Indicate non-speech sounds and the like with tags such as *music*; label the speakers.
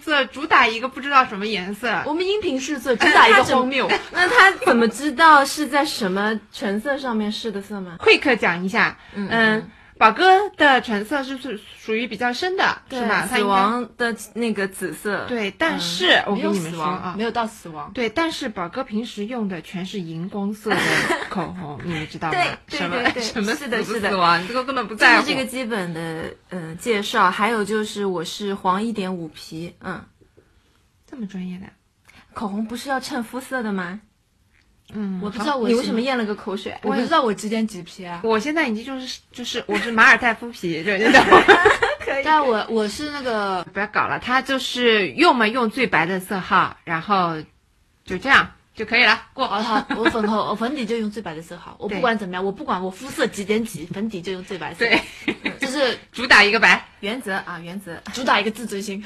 Speaker 1: 色主打一个不知道什么颜色，
Speaker 2: 我们音频试色主打一个荒
Speaker 1: *laughs*
Speaker 2: 谬。
Speaker 3: 那他怎么知道是在什么唇色上面试的色吗？
Speaker 1: quick 讲一下，
Speaker 3: 嗯
Speaker 1: 嗯，宝哥的唇色是属属于比较深的，是吧？他应
Speaker 3: 死
Speaker 1: 该
Speaker 3: 亡嗯的那个紫色，，
Speaker 1: 对，但是我
Speaker 2: 嗯没
Speaker 1: 跟
Speaker 2: 有
Speaker 1: 你们
Speaker 2: 死
Speaker 1: 说
Speaker 2: 亡，
Speaker 1: 啊
Speaker 2: 没，有到死亡。
Speaker 1: 对，但是宝哥平时用的全是荧光色的口红，你们知道吗
Speaker 3: 对？对
Speaker 1: 什么
Speaker 3: 对
Speaker 1: *laughs*
Speaker 3: 对
Speaker 1: 什么
Speaker 3: 是的
Speaker 1: 死不
Speaker 3: 是的
Speaker 1: 死亡，你这个根本不
Speaker 3: 这
Speaker 1: 在
Speaker 3: 是
Speaker 1: 乎。
Speaker 3: 这个基本的呃介绍。还有就是我是黄一点五皮，嗯，
Speaker 1: 这么专业的，
Speaker 3: 口红不是要衬肤色的吗？
Speaker 1: 嗯，
Speaker 2: 我不知道我
Speaker 3: 你
Speaker 2: 是
Speaker 3: 为什么咽了个口水？
Speaker 2: 我不知道我之前几 P 啊，
Speaker 1: 我现在已经就是就是我是马尔代夫皮，就你懂吗？
Speaker 2: 但我我是那个
Speaker 1: 不要搞了，他就是用嘛用最白的色号，然后就这样就可以了，过
Speaker 2: 哦
Speaker 1: 哦
Speaker 2: 好好，我粉后我粉底就用最白的色号，我
Speaker 1: 对
Speaker 2: 不管怎么样，我不管我肤色几点几，粉底就用最白色，嗯
Speaker 1: 对，
Speaker 2: 这是
Speaker 1: 主打一个白。
Speaker 3: 原则啊，原则。
Speaker 2: 主打一个自尊心。